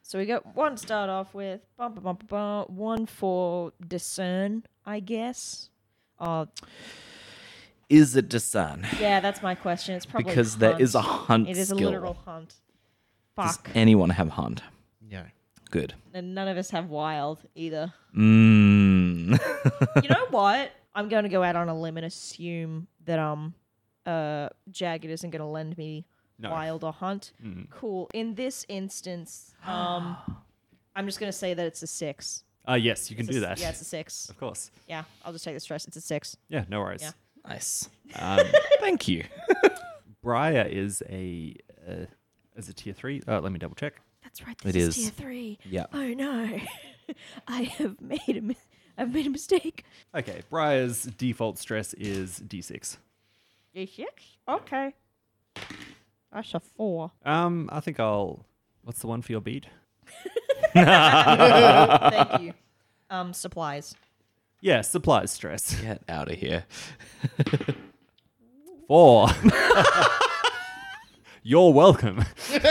Speaker 2: So we got one to start off with. Bum, bum, bum, bum, bum, one for discern, I guess. Uh,
Speaker 5: Is it discern?
Speaker 2: yeah, that's my question. It's probably
Speaker 5: Because there is a hunt
Speaker 2: It is a
Speaker 5: skill.
Speaker 2: literal hunt.
Speaker 5: Does
Speaker 2: Fuck.
Speaker 5: anyone have hunt?
Speaker 3: Yeah.
Speaker 5: Good.
Speaker 2: And none of us have wild either.
Speaker 5: Mmm.
Speaker 2: you know what? I'm going to go out on a limb and assume that um, uh, Jagged isn't going to lend me
Speaker 4: No.
Speaker 2: wild or hunt. Cool. In this instance, um, I'm just going to say that it's a six.
Speaker 4: Ah, yes, you can
Speaker 2: It's a
Speaker 4: do
Speaker 2: s-
Speaker 4: that.
Speaker 2: Yeah, it's a six.
Speaker 4: Of course.
Speaker 2: Yeah, I'll just take the stress. It's a six.
Speaker 4: Yeah, no worries.
Speaker 2: Yeah.
Speaker 5: nice.
Speaker 4: Um,
Speaker 5: Thank you.
Speaker 4: Briar is a uh, is a tier three. Uh, let me double check.
Speaker 2: That's right.
Speaker 5: It
Speaker 2: This is,
Speaker 5: is.
Speaker 2: tier three.
Speaker 5: Yeah.
Speaker 2: Oh no, I have made a mi- I've made a mistake.
Speaker 4: Okay, Briar's default stress is d6.
Speaker 2: Okay. That's a four.
Speaker 4: Um, I think I'll. What's the one for your bead?
Speaker 2: Thank you. Um, supplies.
Speaker 4: Yeah, supplies stress.
Speaker 5: Get out of here.
Speaker 4: Four. You're welcome.
Speaker 2: Thank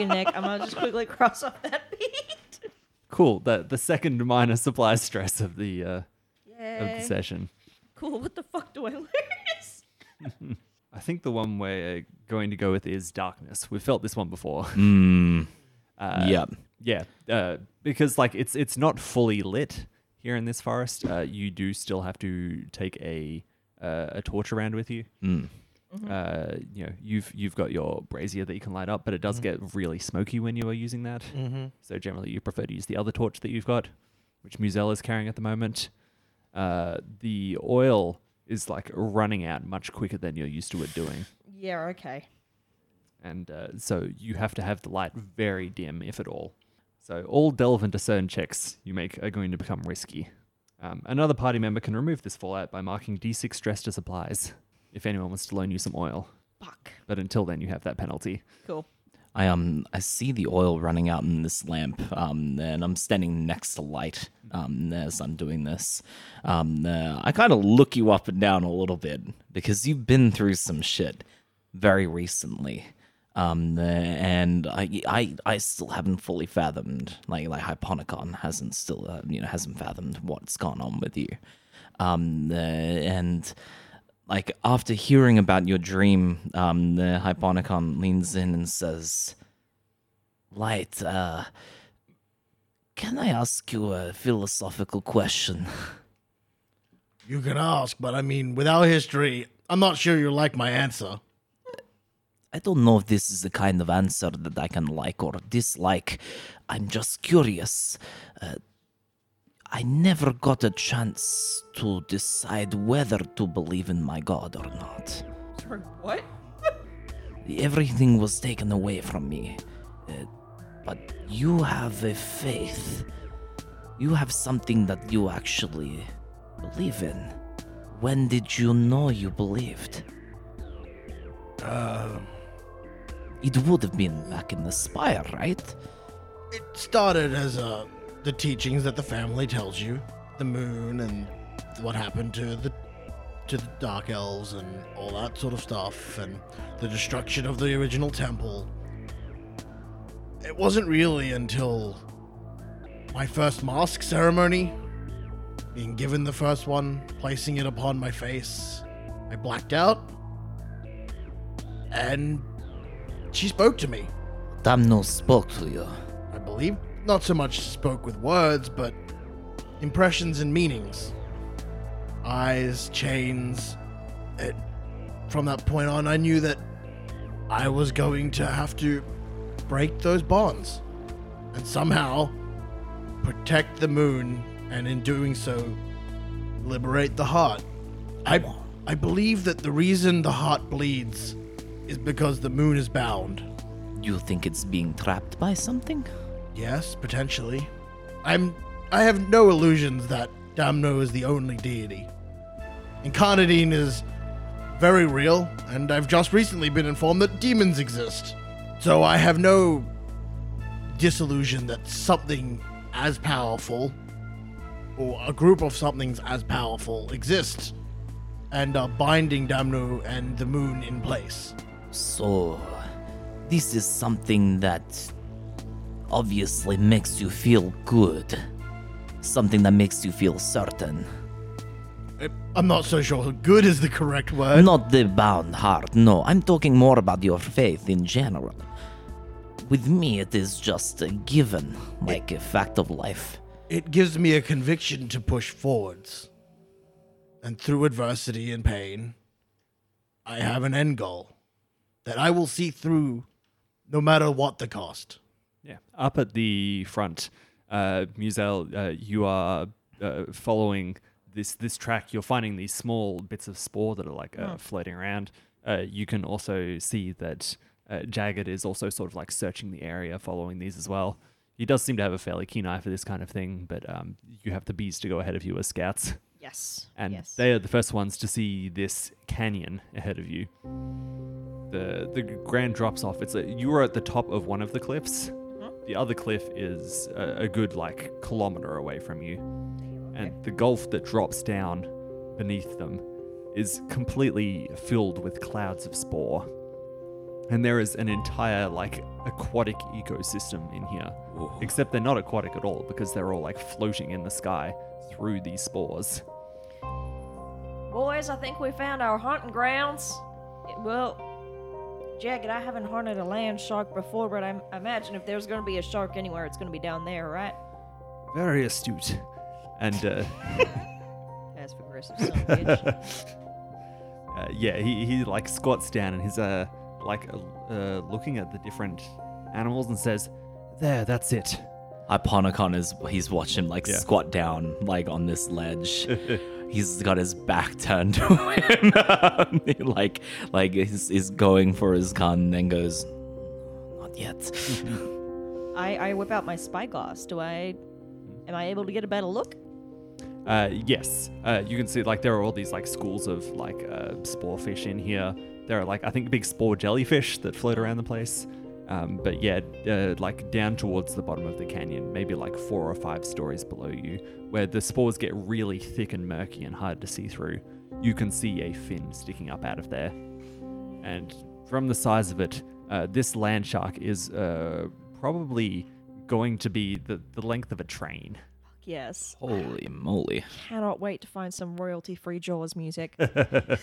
Speaker 2: you, Nick. I'm gonna just quickly cross off that beat.
Speaker 4: Cool. The the second minor supply stress of the uh, of the
Speaker 2: Yay.
Speaker 4: session.
Speaker 2: Cool. What the fuck do I lose?
Speaker 4: I think the one we're going to go with is darkness. We've felt this one before.
Speaker 5: yep.
Speaker 4: Yeah, uh, because like it's it's not fully lit here in this forest. Uh, you do still have to take a uh, a torch around with you. Uh, you know, you've you've got your brazier that you can light up, but it does get really smoky when you are using that. So generally, you prefer to use the other torch that you've got, which Musel is carrying at the moment, uh, the oil is like running out much quicker than you're used to it doing.
Speaker 2: Yeah, okay.
Speaker 4: And uh, so you have to have the light very dim, if at all. So all delve and discern checks you make are going to become risky. Um, another party member can remove this fallout by marking d6 stress to supplies if anyone wants to loan you some oil.
Speaker 2: Fuck.
Speaker 4: But until then, you have that penalty.
Speaker 2: Cool.
Speaker 5: I um I see the oil running out in this lamp, um, and I'm standing next to light, um, as I'm doing this. Um, uh, I kind of look you up and down a little bit because you've been through some shit very recently, um, uh, and I I I still haven't fully fathomed like like Hyponicon hasn't still uh, you know hasn't fathomed what's gone on with you, um, uh, and like after hearing about your dream, um, the Hyponicon leans in and says, "Light, uh, can I ask you a philosophical question?"
Speaker 3: You can ask, but I mean, without history, I'm not sure you'll like my answer.
Speaker 5: I don't know if this is the kind of answer that I can like or dislike. I'm just curious. Uh, I never got a chance to decide whether to believe in my god or not.
Speaker 2: Sorry, what?
Speaker 5: Everything was taken away from me. Uh, but you have a faith. You have something that you actually believe in. When did you know you believed? It would have been back in the spire, right?
Speaker 3: It started as uh, the teachings that the family tells you, the moon and what happened to the to the dark elves and all that sort of stuff, and the destruction of the original temple. It wasn't really until my first mask ceremony, being given the first one, placing it upon my face, I blacked out, and she spoke to me.
Speaker 5: Damno spoke to you.
Speaker 3: I believe, not so much spoke with words, but impressions and meanings. Eyes, chains. It, from that point on, I knew that I was going to have to break those bonds and somehow protect the moon, and in doing so, liberate the heart. I, I believe that the reason the heart bleeds is because the moon is bound.
Speaker 5: You think it's being trapped by something?
Speaker 3: Yes, potentially. I'm. I have no illusions that Damno is the only deity. Incarnadine is very real, and I've just recently been informed that demons exist. So I have no disillusion that something as powerful, or a group of somethings as powerful, exist and are binding Damno and the moon in place.
Speaker 5: So, this is something that obviously makes you feel good. Something that makes you feel certain.
Speaker 3: I- I'm not so sure good is the correct word.
Speaker 5: Not the bound heart, no. I'm talking more about your faith in general. With me, it is just a given, like a fact of life.
Speaker 3: It gives me a conviction to push forwards. And through adversity and pain, I have an end goal that I will see through no matter what the cost.
Speaker 4: Yeah. Up at the front, uh, Musel, uh, you are uh, following this this track. You're finding these small bits of spore that are like uh, floating around. Uh, you can also see that uh, Jagged is also sort of like searching the area, following these as well. He does seem to have a fairly keen eye for this kind of thing, but um, you have the bees to go ahead of you as scouts,
Speaker 2: Yes.
Speaker 4: and
Speaker 2: yes.
Speaker 4: they are the first ones to see this canyon ahead of you. The the grand drops off. It's a, you are at the top of one of the cliffs, the other cliff is a, a good like kilometer away from you, and the gulf that drops down beneath them is completely filled with clouds of spore, and there is an entire like aquatic ecosystem in here. Except they're not aquatic at all because they're all like floating in the sky through these spores.
Speaker 2: Boys, I think we found our hunting grounds. It- Well, Jagged, I haven't hunted a land shark before, but I m- imagine if there's going to be a shark anywhere, it's going to be down there, right?
Speaker 4: Very astute. And uh,
Speaker 2: As for Chris, son of a bitch.
Speaker 4: Uh, yeah, he, he like squats down and he's uh like uh, uh, looking at the different animals and says, "There, that's it.
Speaker 5: Iponicon is he's watching him like
Speaker 4: Yeah.
Speaker 5: squat down like on this ledge. he's got his back turned to him. He, like like is is going for his gun, then goes, not yet.
Speaker 2: I, I whip out my spyglass. Do I. Am I able to get a better look?
Speaker 4: Uh, yes, uh, you can see like there are all these like schools of like uh, spore fish in here. There are like I think big spore jellyfish that float around the place. Um, but yeah, uh, like down towards the bottom of the canyon, maybe like four or five stories below you, where the spores get really thick and murky and hard to see through, you can see a fin sticking up out of there. And from the size of it, uh, this land shark is uh, probably going to be the, the length of a train.
Speaker 2: Yes.
Speaker 5: Holy moly.
Speaker 2: Cannot wait to find some royalty free Jaws music. I'm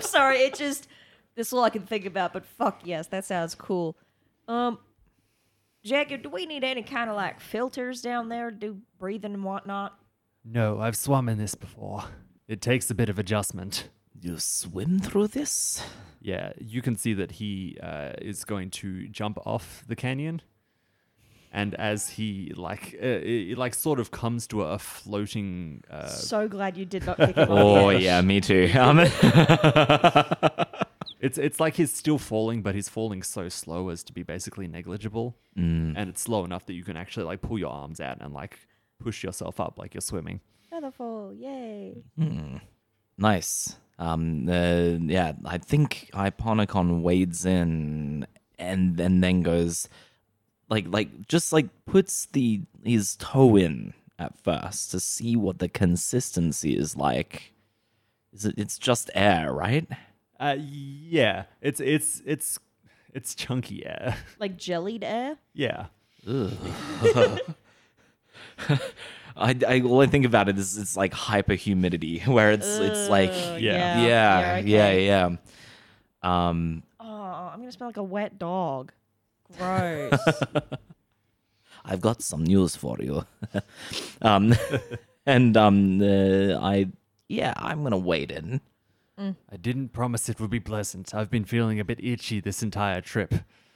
Speaker 2: sorry, it just. This is all I can think about, but fuck yes, that sounds cool. Um, Jacob, do we need any kind of like filters down there to do breathing and whatnot?
Speaker 4: No, I've swum in this before. It takes a bit of adjustment.
Speaker 5: You swim through this?
Speaker 4: Yeah, you can see that he uh, is going to jump off the canyon, and as he like, uh, it, it, like sort of comes to a floating. Uh,
Speaker 2: so glad you did not pick it up.
Speaker 5: Oh yeah, me too. Um,
Speaker 4: it's it's like he's still falling, but he's falling so slow as to be basically negligible, and it's slow enough that you can actually like pull your arms out and like push yourself up like you're swimming.
Speaker 2: Featherfall, yay.
Speaker 5: Nice. Um, uh, yeah, I think Iponicon wades in and then then goes like like just like puts the his toe in at first to see what the consistency is like. Is it? It's just air, right?
Speaker 4: Uh, yeah, it's it's it's it's chunky air.
Speaker 2: Like jellied air?
Speaker 4: yeah.
Speaker 5: I, I all I think about it is it's like hyper humidity where it's it's like
Speaker 4: Yeah.
Speaker 5: yeah yeah yeah,
Speaker 2: okay.
Speaker 5: yeah. Um,
Speaker 2: Oh, I'm gonna smell like a wet dog. Gross.
Speaker 5: I've got some news for you. um, and um, uh, I yeah, I'm gonna wait in.
Speaker 4: I didn't promise it would be pleasant. I've been feeling a bit itchy this entire trip.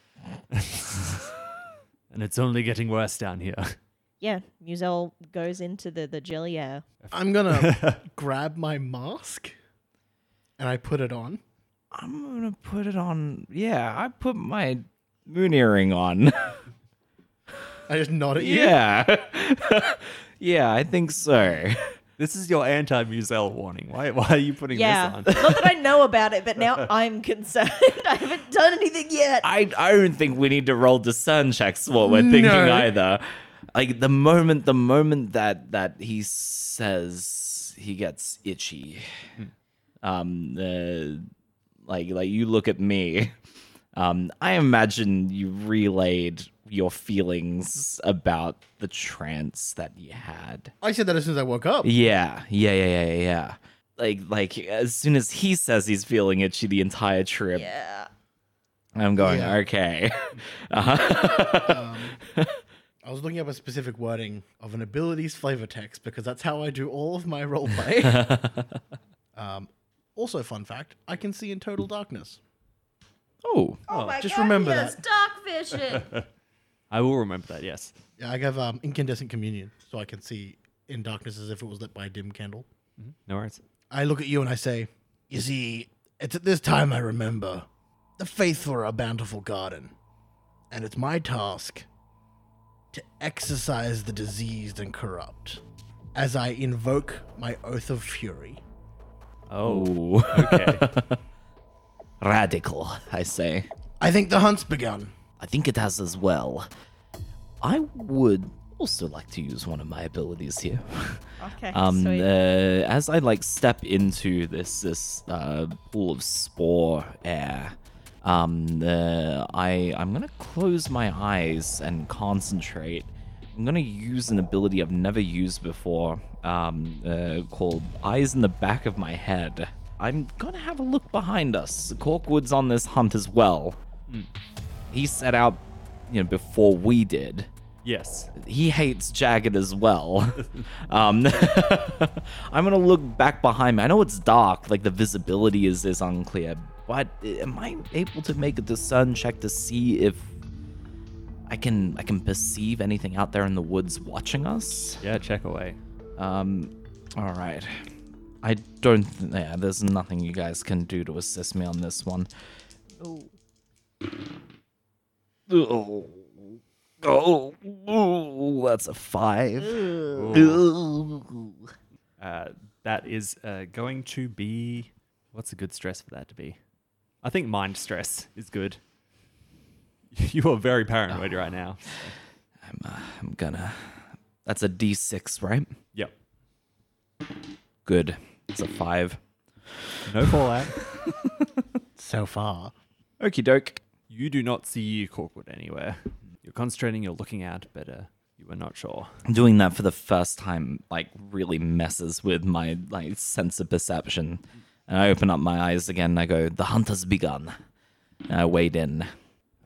Speaker 4: and it's only getting worse down here.
Speaker 2: yeah, Musel goes into the the jelly air.
Speaker 3: I'm gonna grab my mask and I put it on.
Speaker 5: I'm gonna put it on. Yeah, I put my moon earring on.
Speaker 3: I just nod at you.
Speaker 5: yeah, yeah, I think so.
Speaker 4: This is your anti Musel warning. Why, why are you putting
Speaker 2: Yeah, not
Speaker 4: this on?
Speaker 2: that I know about it, but now I'm concerned. I haven't done anything yet.
Speaker 5: I I don't think we need to roll discern checks what we're thinking
Speaker 3: No.
Speaker 5: either. Like the moment, the moment that that he says he gets itchy, um, uh, like like you look at me, um, I imagine you relayed your feelings about the trance that you had.
Speaker 3: I said that as soon as I woke up.
Speaker 5: Yeah, yeah, yeah, yeah, yeah, yeah. Like like as soon as he says he's feeling itchy the entire trip,
Speaker 2: yeah.
Speaker 5: I'm going
Speaker 3: Yeah.
Speaker 5: okay.
Speaker 3: I was looking up a specific wording of an abilities flavor text because that's how I do all of my roleplay. um, also, fun fact I can see in total darkness.
Speaker 5: Oh.
Speaker 2: Oh, my
Speaker 3: just remember
Speaker 2: yes,
Speaker 3: that.
Speaker 2: dark vision.
Speaker 4: I will remember that, yes.
Speaker 3: Yeah, I have um, incandescent communion, so I can see in darkness as if it was lit by a dim candle.
Speaker 4: No worries.
Speaker 3: I look at you and I say, You see, it's at this time I remember. The faithful are a bountiful garden, and it's my task to exorcise the diseased and corrupt as I invoke my oath of fury.
Speaker 4: Oh,
Speaker 5: Ooh.
Speaker 4: okay.
Speaker 5: Radical, I say.
Speaker 3: I think the hunt's begun.
Speaker 5: I think it has as well. I would also like to use one of my abilities here.
Speaker 2: okay,
Speaker 5: Um, uh,
Speaker 2: sweet.
Speaker 5: as I like step into this this uh, pool of spore air, um, uh, I I'm gonna close my eyes and concentrate. I'm gonna use an ability I've never used before, um, uh, called Eyes in the Back of My Head. I'm gonna have a look behind us. Corkwood's on this hunt as well. He set out, you know, before we did
Speaker 4: yes.
Speaker 5: he hates Jagged as well. um, I'm gonna look back behind me. I know it's dark, like the visibility is is unclear, but am I able to make a discern check to see if I can I can perceive anything out there in the woods watching us.
Speaker 4: Yeah, check away.
Speaker 5: Um, all right. I don't. Th- yeah, there's nothing you guys can do to assist me on this one.
Speaker 2: Ooh.
Speaker 5: Oh, oh, ooh, that's a five. Ooh.
Speaker 4: Uh, that is uh, going to be. What's a good stress for that to be? I think mind stress is good. You are very paranoid right now.
Speaker 5: I'm gonna. That's a D6, right?
Speaker 4: Yep.
Speaker 5: Good. It's a five.
Speaker 4: No fallout.
Speaker 3: So far.
Speaker 5: Okie doke.
Speaker 4: you do not see Corkwood anywhere. You're concentrating, you're looking out, but uh, you are not sure.
Speaker 5: Doing that for the first time, like, really messes with my like sense of perception. And I open up my eyes again. And I go, "The hunt has begun." And I wade in.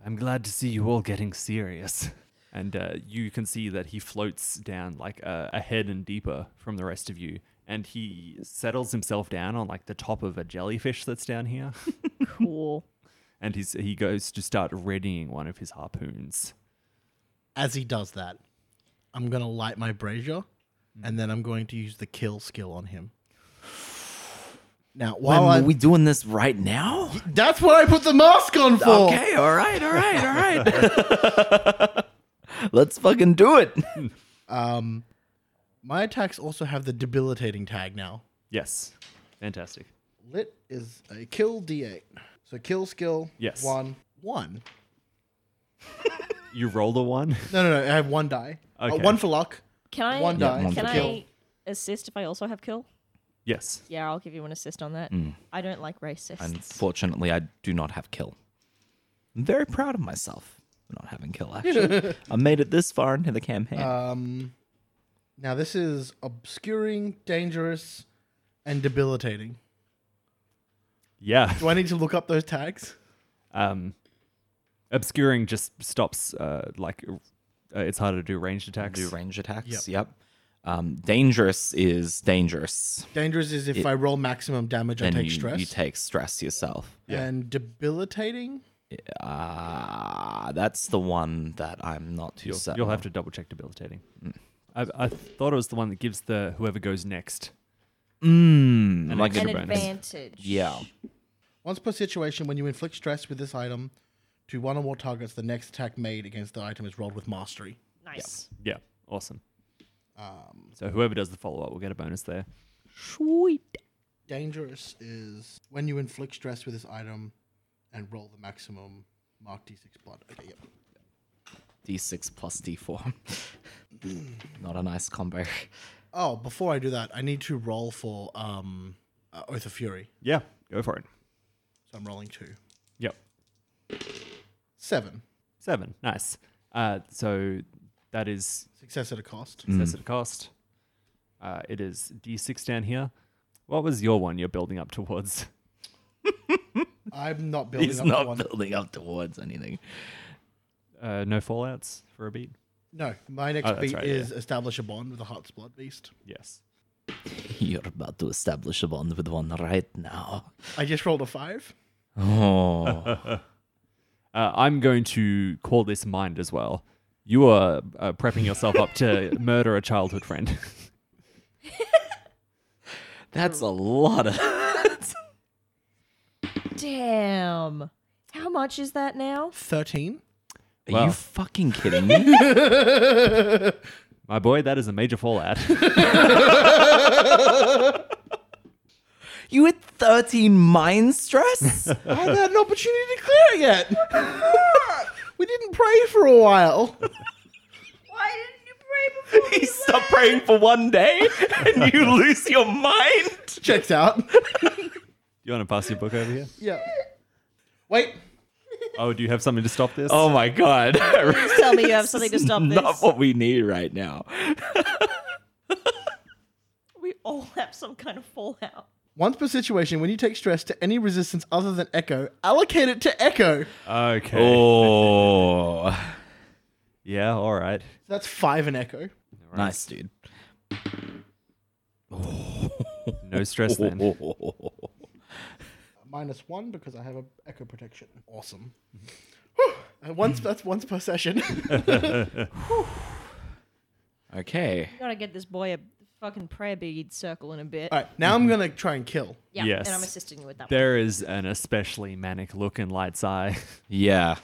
Speaker 4: I'm glad to see you all getting serious. And uh, you can see that he floats down like uh, a, a head and deeper from the rest of you. And he settles himself down on like the top of a jellyfish that's down here.
Speaker 2: Cool.
Speaker 4: and he's, he goes to start readying one of his harpoons.
Speaker 3: As he does that, I'm going to light my brazier and then I'm going to use the kill skill on him. Now, while
Speaker 5: Ma'am,
Speaker 3: Oh, I.
Speaker 5: are we doing this right now?
Speaker 3: That's what I put the mask on for!
Speaker 5: Okay, all right, all right, all right. Let's fucking do it.
Speaker 3: Um, my attacks also have the debilitating tag now.
Speaker 4: Yes. Fantastic.
Speaker 3: Lit is a kill D8. So kill skill.
Speaker 4: Yes.
Speaker 3: One. One.
Speaker 4: You roll a one.
Speaker 3: No, no, no. I have one die. Uh,
Speaker 4: Okay.
Speaker 3: one for luck.
Speaker 2: Can I?
Speaker 3: One die.
Speaker 5: one
Speaker 2: Can
Speaker 5: for
Speaker 2: I
Speaker 5: kill.
Speaker 2: assist if I also have kill?
Speaker 4: yes.
Speaker 2: Yeah, I'll give you an assist on that. I don't like racists.
Speaker 5: Unfortunately, I do not have kill. I'm very proud of myself for not having kill, actually. I made it this far into the campaign.
Speaker 3: Um, now this is obscuring, dangerous, and debilitating.
Speaker 4: Yeah.
Speaker 3: Do I need to look up those tags?
Speaker 4: Um, obscuring just stops uh, like uh, it's harder to do ranged attacks.
Speaker 5: do range attacks, yep. Um, dangerous is dangerous.
Speaker 3: Dangerous is if I roll maximum damage, I
Speaker 5: Then
Speaker 3: take
Speaker 5: you,
Speaker 3: stress.
Speaker 5: you take stress yourself.
Speaker 3: And debilitating.
Speaker 5: Ah, that's the one that I'm not too
Speaker 4: You'll,
Speaker 5: certain.
Speaker 4: you'll have
Speaker 5: of.
Speaker 4: to double check debilitating. I, I thought it was the one that gives the whoever goes next.
Speaker 5: Mm,
Speaker 4: An
Speaker 5: like
Speaker 4: extra
Speaker 2: An
Speaker 5: a,
Speaker 4: bonus.
Speaker 2: advantage.
Speaker 5: yeah.
Speaker 3: Once per situation, when you inflict stress with this item to one or more targets, the next attack made against the item is rolled with mastery.
Speaker 2: Nice.
Speaker 4: Yeah, awesome. so whoever does the follow up will get a bonus there.
Speaker 2: Sweet.
Speaker 3: Dangerous is when you inflict stress with this item and roll the maximum mark d6 blood. Okay, yep.
Speaker 5: D6 plus D4. not a nice combo.
Speaker 3: Oh, before I do that, I need to roll for um, uh, Oath of Fury.
Speaker 4: Yeah, go for it.
Speaker 3: So I'm rolling two.
Speaker 4: Yep,
Speaker 3: Seven.
Speaker 4: seven, nice. Uh, so that is
Speaker 3: Success at a cost.
Speaker 4: success at cost. Uh, it is D6 down here. What was your one you're building up towards?
Speaker 3: I'm not building
Speaker 5: He's
Speaker 3: up
Speaker 5: not
Speaker 3: one.
Speaker 5: building up towards anything.
Speaker 4: Uh, no fallouts for a beat.
Speaker 3: no, my next
Speaker 4: Oh, that's
Speaker 3: beat
Speaker 4: right,
Speaker 3: is establish a bond with the Heart's Blood Beast.
Speaker 4: Yes.
Speaker 5: You're about to establish a bond with one right now.
Speaker 3: I just rolled a five.
Speaker 5: Oh,
Speaker 4: Uh, I'm going to call this mind as well. You are uh, prepping yourself up to murder a childhood friend.
Speaker 5: that's a lot of.
Speaker 2: Damn. How much is that now?
Speaker 3: Thirteen.
Speaker 5: Are
Speaker 4: Wow.
Speaker 5: you fucking kidding me?
Speaker 4: My boy, that is a major fallout.
Speaker 5: you had 13 mind stress?
Speaker 3: I haven't had an opportunity to clear it yet. we didn't pray for a while.
Speaker 2: Why didn't you pray before?
Speaker 5: you stop praying for one day and you lose your mind?
Speaker 3: Checks out.
Speaker 4: you want to pass your book over here?
Speaker 3: yeah. Wait.
Speaker 4: Oh, do you have something to stop this?
Speaker 5: Oh my god.
Speaker 2: Tell me you have something to stop
Speaker 5: Not
Speaker 2: this.
Speaker 5: what we need right now.
Speaker 2: We all have some kind of fallout.
Speaker 3: Once per situation, when you take stress to any resistance other than Echo, allocate it to Echo.
Speaker 4: Okay.
Speaker 5: Oh.
Speaker 4: Yeah, all right.
Speaker 3: That's five in Echo.
Speaker 5: Nice, dude.
Speaker 4: No stress
Speaker 5: Oh,
Speaker 4: then.
Speaker 3: Mm-hmm. Minus one because I have a Echo protection. Awesome. Whew. Uh, once that's once per session.
Speaker 5: Okay.
Speaker 2: Gotta get this boy a fucking prayer bead circle in a bit.
Speaker 3: All right, now I'm gonna try and kill.
Speaker 2: Yeah,
Speaker 4: Yes.
Speaker 2: and I'm assisting you with that. one.
Speaker 4: There is an especially manic look in Light's eye
Speaker 5: Yeah.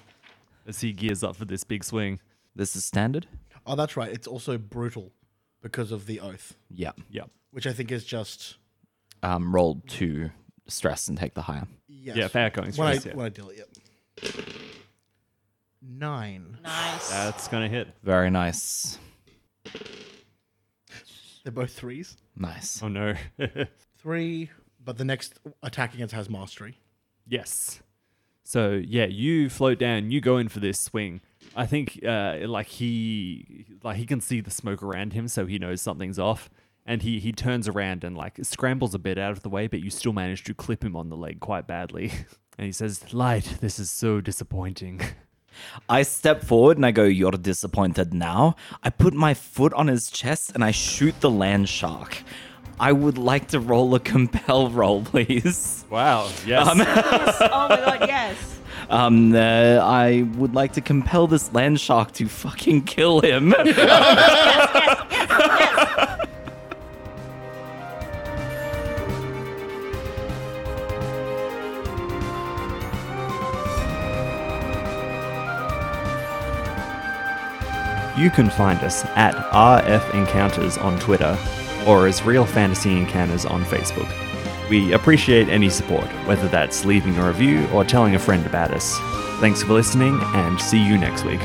Speaker 4: as he gears up for this big swing.
Speaker 5: This is standard?
Speaker 3: Oh, that's right. It's also brutal because of the oath,
Speaker 5: Yeah.
Speaker 4: Yep.
Speaker 3: which I think is just
Speaker 5: Um, roll two stress and take the higher.
Speaker 3: yes.
Speaker 4: Yeah, fair going
Speaker 3: when I
Speaker 4: stress, yeah.
Speaker 3: when I deal it, yep. Nine.
Speaker 2: Nice.
Speaker 4: That's gonna hit.
Speaker 5: Very nice.
Speaker 3: They're both threes.
Speaker 5: Nice.
Speaker 4: Oh no.
Speaker 3: Three, but the next attack against has mastery.
Speaker 4: yes. So yeah, you float down. You go in for this swing. I think uh, like he like he can see the smoke around him, so he knows something's off. And he he turns around and like scrambles a bit out of the way, but you still manage to clip him on the leg quite badly. And he says, "Light, this is so disappointing."
Speaker 5: I step forward and I go, You're disappointed now. I put my foot on his chest and I shoot the land shark. I would like to roll a compel roll, please.
Speaker 4: Wow. Yes.
Speaker 2: oh my god, yes.
Speaker 5: Um, uh, I would like to compel this land shark to fucking kill him.
Speaker 4: You can find us at RF Encounters on Twitter or as Real Fantasy Encounters on Facebook. We appreciate any support, whether that's leaving a review or telling a friend about us. Thanks for listening and see you next week.